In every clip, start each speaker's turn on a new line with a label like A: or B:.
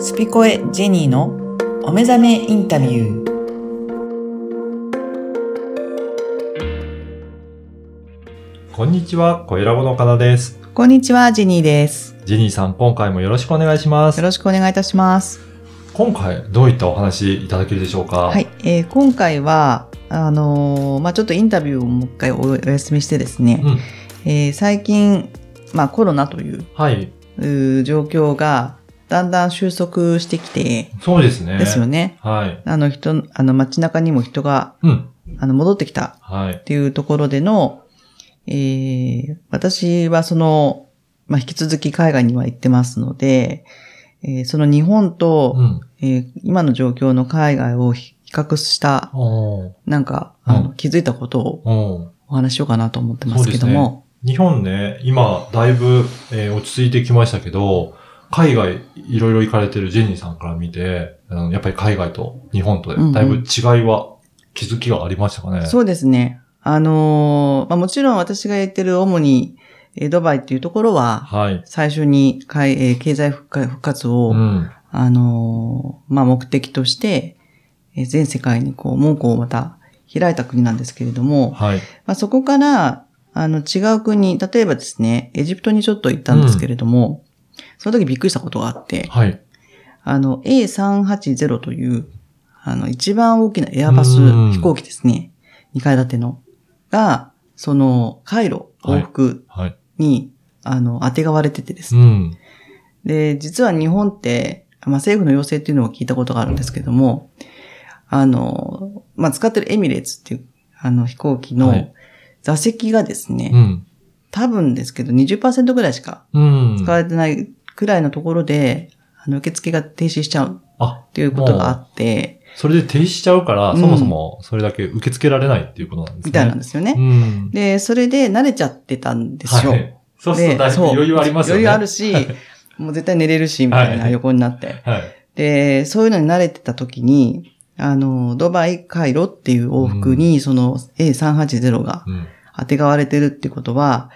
A: スピコエジェニーのお目覚めインタビュー。
B: こんにちは、小ラボの岡田です。
A: こんにちは、ジェニーです。
B: ジェニーさん、今回もよろしくお願いしま
A: よ
B: す。
A: ろしくお願いいたします。
B: 今回、どういったお話いただけるでしょうか
A: はい、えー今回は、あのーまあ、ちょっとインタビューをもう一回おお休みしてですね、
B: うん。
A: えー最近、まあ、コロナという
B: はい。
A: うー状況がだんだん収束してきて
B: そうですね。
A: ですよね。
B: はい。
A: あの人、あの街中にも人が
B: うん。
A: あの戻ってきた
B: はい
A: っ。ていうところでの、えー私はその、まあ、引き続き海外には行ってますので、えーその日本
B: う
A: と、
B: ん。
A: えー今の状況の海外を比較した、
B: おー
A: なんか、あの
B: う
A: 気づいたことを
B: おー
A: お話しようかなと思ってますけども、
B: 日本ね、今、だいぶ、えー落ち着いてきましたけど、海外、いろいろ行かれてるジェニーさんから見て、あのやっぱり海外と日本と
A: うんうん
B: で、だいぶ違いは、気づきがありましたかね。
A: そうですね。あのーまあ、もちろん私が言ってる主に、えードバイっていうところは、
B: はい。
A: 最初に海、えー経済復活復活を、
B: うん。
A: あのーまあ、目的として、えー全世界にこう、門戸をまた開いた国なんですけれども、
B: はい。
A: まあ、そこから、あの、違う国、例えばですね、エジプトにちょっと行ったんですけれども、その時びっくりしたことがあって、
B: はい。
A: あの、A380 という、あの、一番大きなエアバス
B: うん
A: 飛行機ですね、2階建ての、が、その、カイロ往復
B: はい。
A: に、あの、当てがわれててですね
B: うん。
A: で、実は日本って、まあ、政府の要請っていうのを聞いたことがあるんですけども、あの、まあ、使ってるエミレーツっていう、あの、飛行機
B: は
A: の
B: い
A: 座席がですね、
B: うん。
A: 多分ですけど20%ぐらいしか
B: うん。
A: 使われてないくらいのところで、あの、受付が停止しちゃう
B: あ、
A: っていうことがあって、
B: それで停止しちゃうから、
A: うん
B: そもそもそれだけ受け付けられないっていうことなんですね。
A: みたいなんですよね。
B: うん。
A: で、それで慣れちゃってたんですよ。
B: はい。そうする
A: で
B: とだいぶ
A: そう
B: 余裕ありますよね。
A: 余裕あるし、もう絶対寝れるし、みたいな
B: はい
A: 横になって。
B: はい。
A: で、そういうのに慣れてた時に、あの、ドバイ、カイロっていう往復に、その A380 が
B: うん。
A: 当てがわれてるってことは、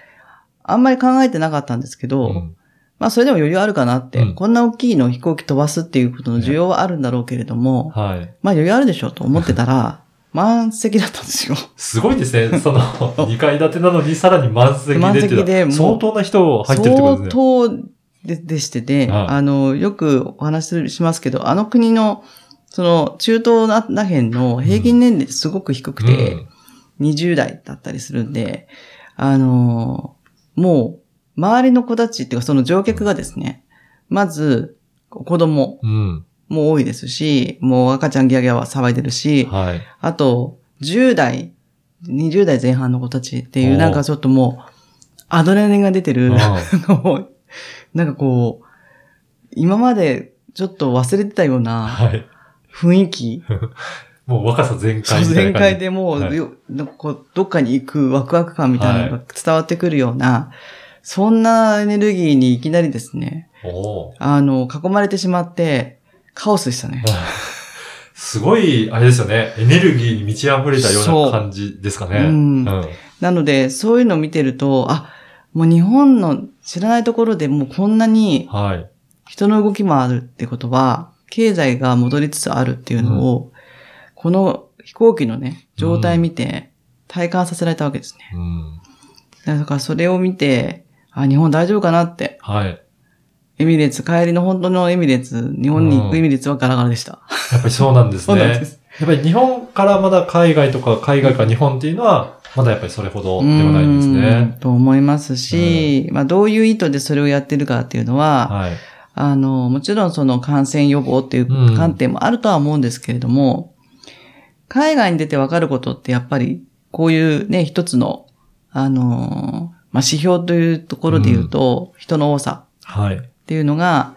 A: あんまり考えてなかったんですけど、
B: うん
A: まあそれでも余裕あるかなって、
B: うん
A: こんな大きいの飛行機飛ばすっていうことの需要はあるんだろうけれども、
B: はい。
A: まあ余裕あるでしょうと思ってた ら、満席だったんですよ。
B: すごいです ね。その、2階建てなのにさらに満席でっていうのは。
A: 満席でもう
B: 相当な人 入ってるってことです
A: 相
B: ね。
A: 当ででしてて、
B: はい
A: あの、よくお話しするしますけど、あの国の、その、中東な、な辺の平均年齢すごく低くて、
B: うん
A: 20代だったりするんで、あのーもう、周りの子たちっていうか、その乗客がですね、まず、子供
B: うん。
A: も多いですし、もう赤ちゃんギャーギャーは騒いでるし、
B: はい。
A: あと、10代、20代前半の子たちっていう、
B: おー
A: なんかちょっともう、アドレナリンが出てる、あの、なんかこう、今までちょっと忘れてたような
B: はい。
A: 雰囲気、
B: もう若さ全開みたい
A: 全
B: な感じ。
A: 開でもう、
B: はい
A: よなんかこうどっかに行くワクワク感みたいなのが伝わってくるような、そんなエネルギーにいきなりですね、
B: おー
A: あの、囲まれてしまって、カオスでしたね。
B: すごい、あれですよね。エネルギーに満ち溢れたよ
A: そうう
B: な感じですかね。
A: うん
B: うん
A: なので、そういうのを見てると、あ、もう日本の知らないところでもうこんなに
B: はい。
A: 人の動きもあるってことは、経済が戻りつつあるっていうのを、この飛行機のね、状態見て体感させられたわけですね。
B: うん。
A: だからそれを見て、あ、日本大丈夫かなって。
B: はい。
A: エミレーツ、帰りの本当のエミレーツ、日本に行くエミレーツはガラガラでした。
B: やっぱりそうなんです
A: そ
B: ね。
A: うなんです。
B: やっぱり日本からまだ海外とか海外から日本っていうのは、まだやっぱりそれほどではないんです
A: う
B: ね。
A: んと思いますし、まあどういう意図でそれをやってるかっていうのは、
B: はい。
A: あの、もちろんその感染予防っていう
B: うん
A: 観点もあるとは思うんですけれども、海外に出てわかることってやっぱり、こういうね、一つの、あのー、まあ、指標というところで言うと、人の多さ
B: はい。
A: っていうのが、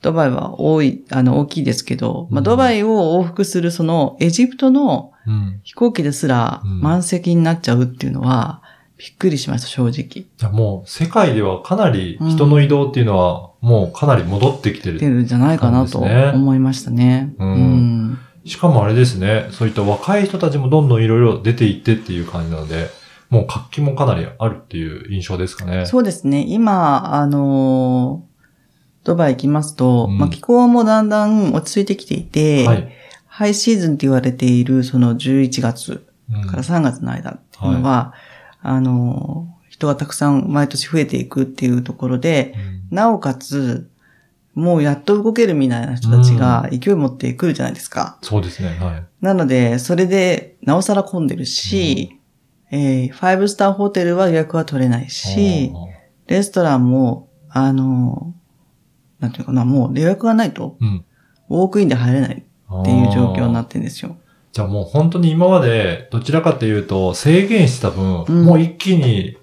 A: ドバイは多い、あの、大きいですけど、まあ、
B: うん
A: ドバイを往復するそのエジプトの
B: うん。
A: 飛行機ですら
B: うん
A: 満席になっちゃうっていうのは、びっくりしました、正直。
B: じゃあもう世界ではかなり人の移動っていうのはもうかなり戻ってきて
A: 出
B: る。
A: るんじゃないかなと
B: そうですね
A: 思いましたね。
B: うん
A: うん
B: しかもあれですね、そういった若い人たちもどんどんいろいろ出ていってっていう感じなので、もう活気もかなりあるっていう印象ですかね。
A: そうですね。今、あのー、ドバイ行きますと、
B: うん
A: まあ気候もだんだん落ち着いてきていて、
B: はい。
A: ハイシーズンって言われているその11月
B: うん
A: から3月の間っていうのは、あの、人がたくさん毎年増えていくっていうところで、
B: うん
A: なおかつ、もうやっと動けるみたいな人たちが勢い持ってくるじゃないですか。
B: そうですね、はい。
A: なので、それで、なおさら混んでるし、えー、ファイブスターホテルは予約は取れないし、レストランも、あの、なんていうのかな、もう予約がないと、
B: うん
A: ウォークインで入れないっ
B: って
A: いう状況になってるんですよ。
B: じゃあもう本当に今までどちらかというと制限した分、
A: うん
B: もう一気に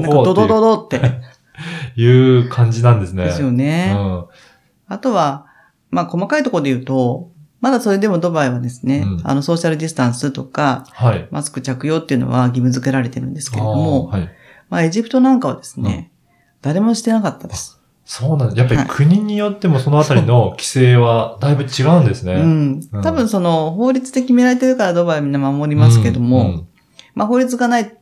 A: なんか
B: こ
A: ド
B: う
A: ドド
B: っ
A: ド って、
B: ていう感じなんですね。
A: ですよ
B: う
A: ね。
B: ん。
A: あとは、まあ、細かいところで言うと、まだそれでもドバイはですね、
B: うん
A: あの、ソーシャルディスタンスとか、
B: はい。
A: マスク着用っていうのは義務付けられてるんですけれども、
B: あーはい。
A: まあ、エジプトなんかはですね、誰もしてなかったです。
B: そうなんです。やっぱ
A: は
B: り
A: い
B: 国によってもそのあたりの規制はだいぶ違うんですね。
A: うん。
B: うん
A: 多分その、法律で決められてるからドバイはみんな守りますけども、
B: うんうん
A: まあ、法律がない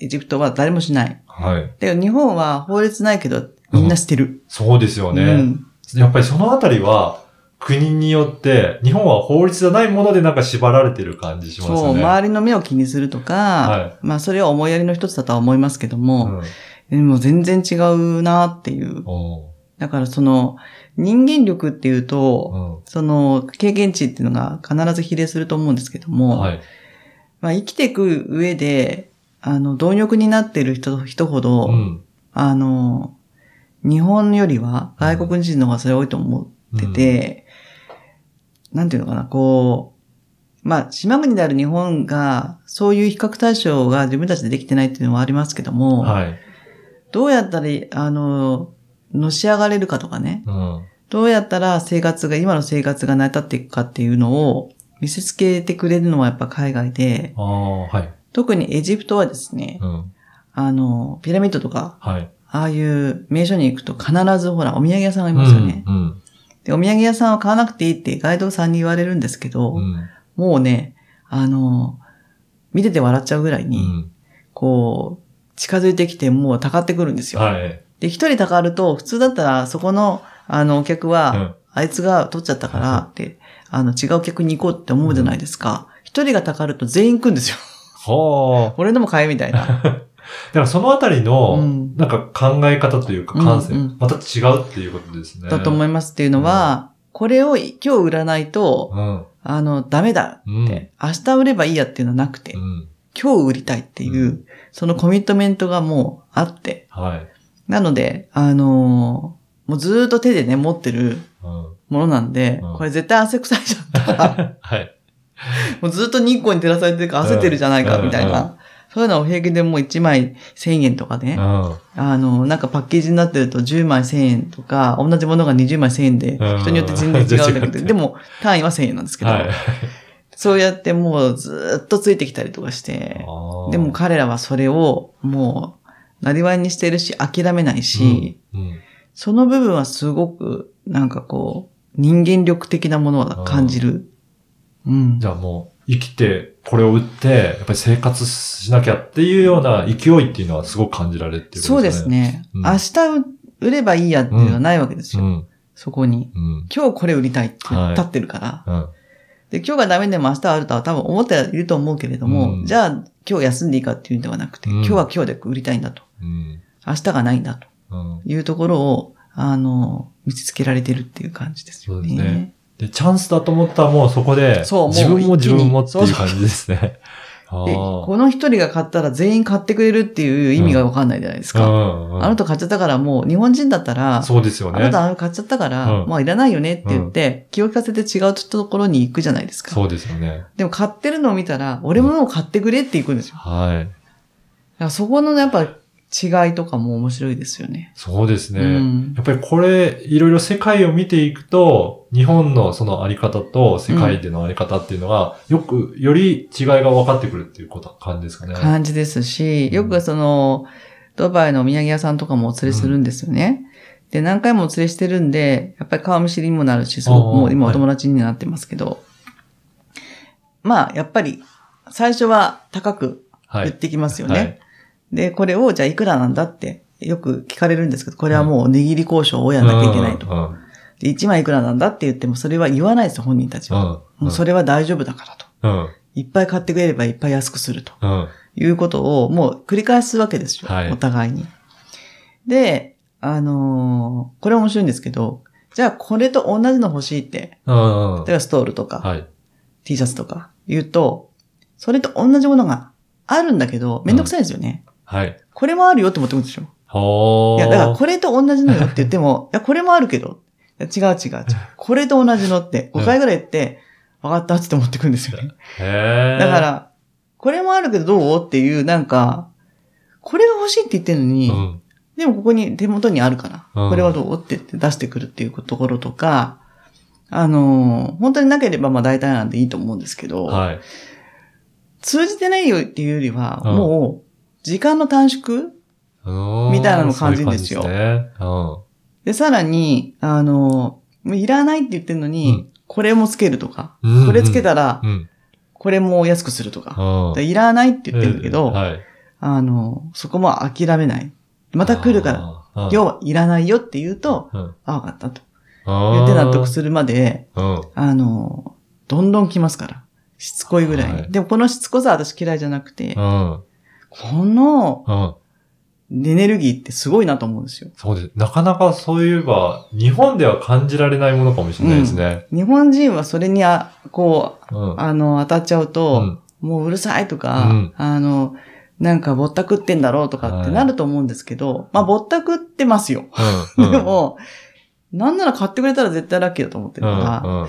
A: エジプトは誰もしない。
B: はい。
A: で、日本は法律ないけど、みんなしてる。
B: そうですよね。
A: うん
B: やっぱりそのあたりは国によって、日本は法律じゃないものでなんか縛られてる感じしますよね。
A: そう、周りの目を気にするとか、
B: は
A: まあ、それは思いやりの一つだとは思いますけども、
B: うん
A: でも全然違うなっていう。
B: お
A: だからその人間力っていう
B: ー
A: と、
B: う
A: その経験値っていうのが必ず比例すると思うんですけど
B: ん
A: も、
B: はい。
A: まあ生きていく上で、あの、貪欲になってる人、人ほど、
B: うん
A: あの、日本よりは外国人の方がそれ多いと思ってて、なんていうのかな、こう、まあ、島国である日本が、そういう比較対象が自分たちでできてないっていうのはありますけども、
B: はい。
A: どうやったら、あの、のし上がれるかとかね、
B: うん
A: どうやったら生活が、今の生活が成り立っていくかっていうのを見せつけてくれるのはやっぱ海外で、
B: ああ、はい。
A: 特にエジプトはですね、
B: うん。
A: あの、ピラミッドとか、
B: はい。
A: ああいう名所に行くと必ずほら、お土産屋さんがいますよね。
B: うん。うん
A: で、お土産屋さんは買わなくていいってガイドさんに言われるんですけど、
B: うん。
A: もうね、あの、見てて笑っちゃうぐらいうに、
B: ん。
A: こう、近づいてきてもうたかってくるんですよ。
B: はい。
A: で、一人たかると、普通だったら、そこの、あの、お客は、
B: うん
A: あいつが取っちゃったからって、あの、違う客に行こうって思うじゃないですか。一、人がたかると全員行くん ですよ。
B: はあ。
A: 俺のも買えみたい な。
B: だからそのあたり
A: う
B: の
A: ん、
B: なんか考え方というか感性、
A: うんうん
B: また違うっていうことですね。
A: だと思
B: い
A: いますっていうのは、これを今日売らないと、あの、ダメだ
B: うん。うん。
A: って、明日売ればいいやっていうのはなくて、
B: うん。
A: 今日売りたいっていう、
B: う
A: そのコミットメントがもうあって。
B: はい。
A: なので、あのーもうずーっと手でね、持ってる
B: うん。
A: ものなんで、
B: うん
A: これ絶対汗臭いじゃんとか。
B: はい。
A: もうずっと日光に照らされてるから焦ってるじゃないか、みたいな。
B: うん
A: そういうのを平均でもう1枚1000円とか
B: う
A: ね。
B: ん。
A: あの、なんかパッケージになってると10枚1000円とか、同じものが20枚1000円で、
B: うん
A: 人によって全然違うんだけ
B: 全然違
A: ど、
B: う
A: でも単位は1000円なんですけど、
B: はい。
A: そうやってもうずっとついてきたりとかして、
B: あー
A: でも、彼らはそれをもう、なりわいにしてるし、諦めないし、
B: うん。
A: その部分はすごく、なんかこう、人間力的なものは感じる。うん
B: じ。ゃあもう、生きて、これを売って、やっぱり生活しなきゃっていうような勢いっていうのはすごく感じられてる、
A: そうです。ね。
B: うん
A: 明日売ればいいやっていうのはないわけです
B: う
A: よ。
B: ん。
A: そこに。
B: うん。
A: 今日これ売りたいって
B: はい
A: 立ってるから、
B: うん。
A: で、今日がダメでも明日はあるとは多分思っていると思うけれども、
B: うん
A: じゃあ今日休んでいいかっていうんではなくて、
B: うん
A: 今日は今日で売りたいんだと。
B: うん。
A: 明日がないんだと
B: うん。
A: いうところを、あの、見せつけられてるっていう感じですよね。
B: そうですねで、チャンスだと思ったらもうそこで、
A: そうもう
B: 自分も自分もって
A: そう
B: いう
A: そう
B: 感じですね。 あ
A: で
B: ー
A: この一人が買ったら全員買ってくれるっていう意味がわかんないじゃないです
B: う
A: か。
B: んうん
A: あなた買っちゃったからもう日本人だったら、
B: そうですよ
A: あな
B: ね。
A: たあれ買っちゃったから、
B: うん
A: まあいらないよねって言って、気を利かせて違うところに行くじゃないですか。
B: そうですよね。
A: でも買ってるのを見たら、俺ものを買ってくれって行くんですよ。だ
B: はい。
A: からそこのやっぱ違いとかも面白いですよね。
B: そうですね。
A: うん
B: やっぱりこれ、いろいろ世界を見ていくと、日本のそのあり方と世界でのあり方っていうのが、よく、より違いが分かってくるっていうこと感じですかね。
A: 感じですし、
B: うん
A: よくその、ドバイのお土産屋さんとかもお連れするんですよね。で、何回もお連れしてるんで、やっぱり顔見知りにもなるし、すご
B: おうお
A: く
B: う
A: もう今
B: は
A: お
B: い
A: 友達になってますけど、まあ、やっぱり、最初は高く
B: は
A: 言っ
B: い。
A: てきますよね。
B: はい。
A: で、これをじゃあいくらなんだってよく聞かれるんですけど、これはもう値切り交渉をやんなきゃいけないと。
B: うん。
A: で、1枚いくらなんだって言っても、それは言わないですよ、本人たちは。
B: うん。
A: もうそれは大丈夫だからと。
B: うん。
A: いっぱい買ってくれればいっぱい安くすると
B: うん。
A: いうことを、もう繰り返すわけですよ。
B: はい
A: お互いに。で、あのーこれ面白いんですけど、じゃあこれと同じの欲しいって、
B: うん。うん
A: 例えばストールとか、
B: はい。
A: T シャツとか言うと、それと同じものがあるんだけど、めんどくさいですよね。
B: はい。
A: これもあるよって持ってくるんでしょ。
B: ほ
A: い
B: ー。
A: や、だからこれと同じのよって言って も、いや、これもあるけど、いや違う違う違う。これと同じのって、
B: うん
A: 5回ぐらい言って、分かったっつって持ってくるんですよね。
B: へー。
A: だか、ら、これもあるけどどうっていう、なんか、これが欲しいって言ってるのに、
B: うん。
A: でもここに手元にあるから、
B: うん
A: これはどうって言って出してくるっていうところとか、あのー本当になければまあ大体なんでいいと思うんですけど、
B: はい。
A: 通じてないよっていうよりは、
B: うん
A: もう、時間の短縮
B: あのー
A: みたいなの感じですよ
B: そういう感じですね。うん。
A: で、さらに、あのーもういらないって言ってるのに、
B: うん
A: これもつけるとか、
B: うんうん
A: これつけたら
B: う、ん。
A: これも安くするとか、
B: うん
A: でいらないって言ってるけど、
B: うんはい。
A: あの、そこも諦めない。また来るから、
B: ら
A: 要はいらないよって言うと、
B: うん
A: あ、わかったと。言
B: 言
A: って納得するまで、
B: る。うん。
A: あの、どんどん来ますから。しつこいぐらいに。
B: はい
A: でもこのしつこさは私嫌いじゃなくて
B: う、ん。
A: この
B: うん。
A: エネルギーってすごいなと思うんですよ。
B: そうです。なかなかそういえば、日本では感じられないものかもしれないですね。
A: 日本人はそれにあ、こう、
B: うん。
A: あの、当たっちゃう
B: う
A: と、
B: ん。
A: もううるさいとか、
B: うん
A: あの、なんかぼったくってんだろうとかってなると思うんですけど、まあぼったくってますよ。
B: うんう ん
A: で、も、なんなら買ってくれたら絶対ラッキーだと思って
B: う
A: る
B: ん。う
A: から、
B: ん。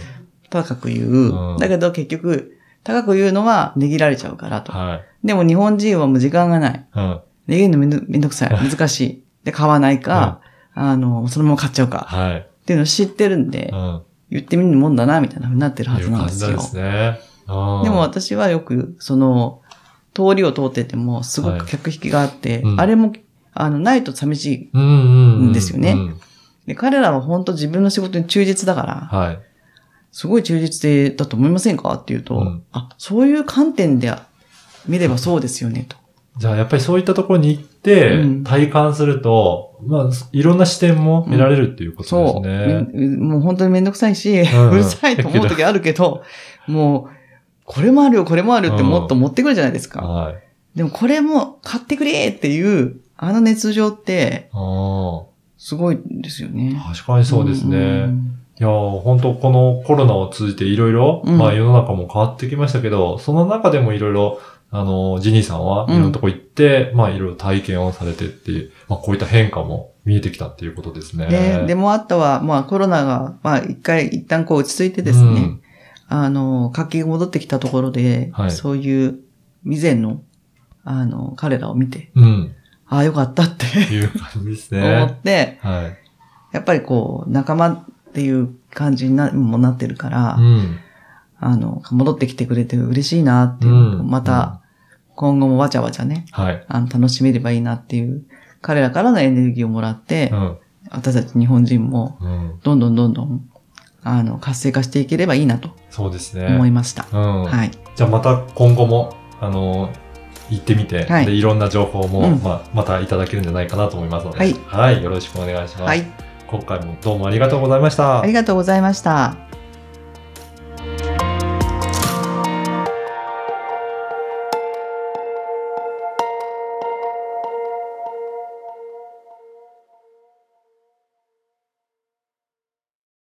A: 高く言う、
B: うん
A: だけど結局、高く言うのは値切られちゃうからと。
B: はい。
A: でも日本人はもう時間がない。
B: うん。
A: 値切るのめんどめんどくさい。難しい。で、買わないか、あの、そのまま買っちゃうか。
B: はい。
A: っていうのを知ってるんで
B: う、ん。
A: 言ってみるもんだな、みたいな風になってるは
B: いう
A: ずなん
B: 感
A: で
B: じ
A: す
B: なん
A: よ。
B: ですね。うん。
A: でも、私はよく、その、通りを通ってても、すご
B: はい
A: く客引きがあって、
B: うん
A: あれも、あの、ないと寂しい。
B: うんうんうん。
A: ですよね
B: うん
A: で、彼らは本当自分の仕事に忠実だから、
B: はい。
A: すごい忠実でだと思いませんかって言うと、
B: うん
A: あ、そういう観点で見ればそうですよね、と。
B: じゃあ、やっぱりそういったところに行って
A: うん、
B: 体感すると、まあ、いろんな視点も得られるっていうことです
A: そう。
B: ね。
A: めんもう本当にめんどくさいし、
B: う
A: うんるさいと思う時あるけど、もう、これもあるよ、これもあるってもっと持ってくるじゃないですか。
B: はい。
A: でもこれも買ってくれっていう、あの熱情って、
B: あ
A: すごいんですよね。
B: あ。確かにそうですね。
A: うん
B: いやー、本当このコロナを通じていろいろ、
A: うん
B: まあ世の中も変わってきましたけど、その中でもいろいろ、あのー、ジニーさんは
A: う
B: い
A: ん
B: ろんなとこ行って、まあいろいろ体験をされてっていう、まあこういった変化も見えてきたっていうことですね。
A: で、でもあとは、まあコロナが、まあ一回、一旦こう落ち着いてですね、
B: うん
A: あの、活気が戻ってきたところで、
B: はい
A: そういう以前の、あの、彼らを見て、
B: うん。
A: ああ、よかったって
B: っていう感じで す
A: 思っ
B: ね。
A: て、
B: はい。
A: やっぱりこう、仲間っていう感じになもなってるから、
B: うん。
A: あの、戻ってきてくれて嬉しいなっていう、
B: うん
A: また、今後もわちゃわちゃね、
B: はい。
A: あの、楽しめればいいなっていう、彼らからのエネルギーをもらって、
B: うん。
A: 私たち日本人も、
B: うん。
A: どんどんどんどん、あの、活性化していければいいなと
B: そうです
A: 思い
B: ね。
A: ました。
B: うん。
A: はい。
B: じゃあまた今後も、あのー、行ってみて、
A: はい
B: で、いろんな情報も、
A: うん
B: まあ、またいただけるんじゃないかなと思いますので、
A: はい
B: はい。よろしくお願いします。
A: はい。
B: 今回もどうもありがとうございました。
A: ありがとうございました。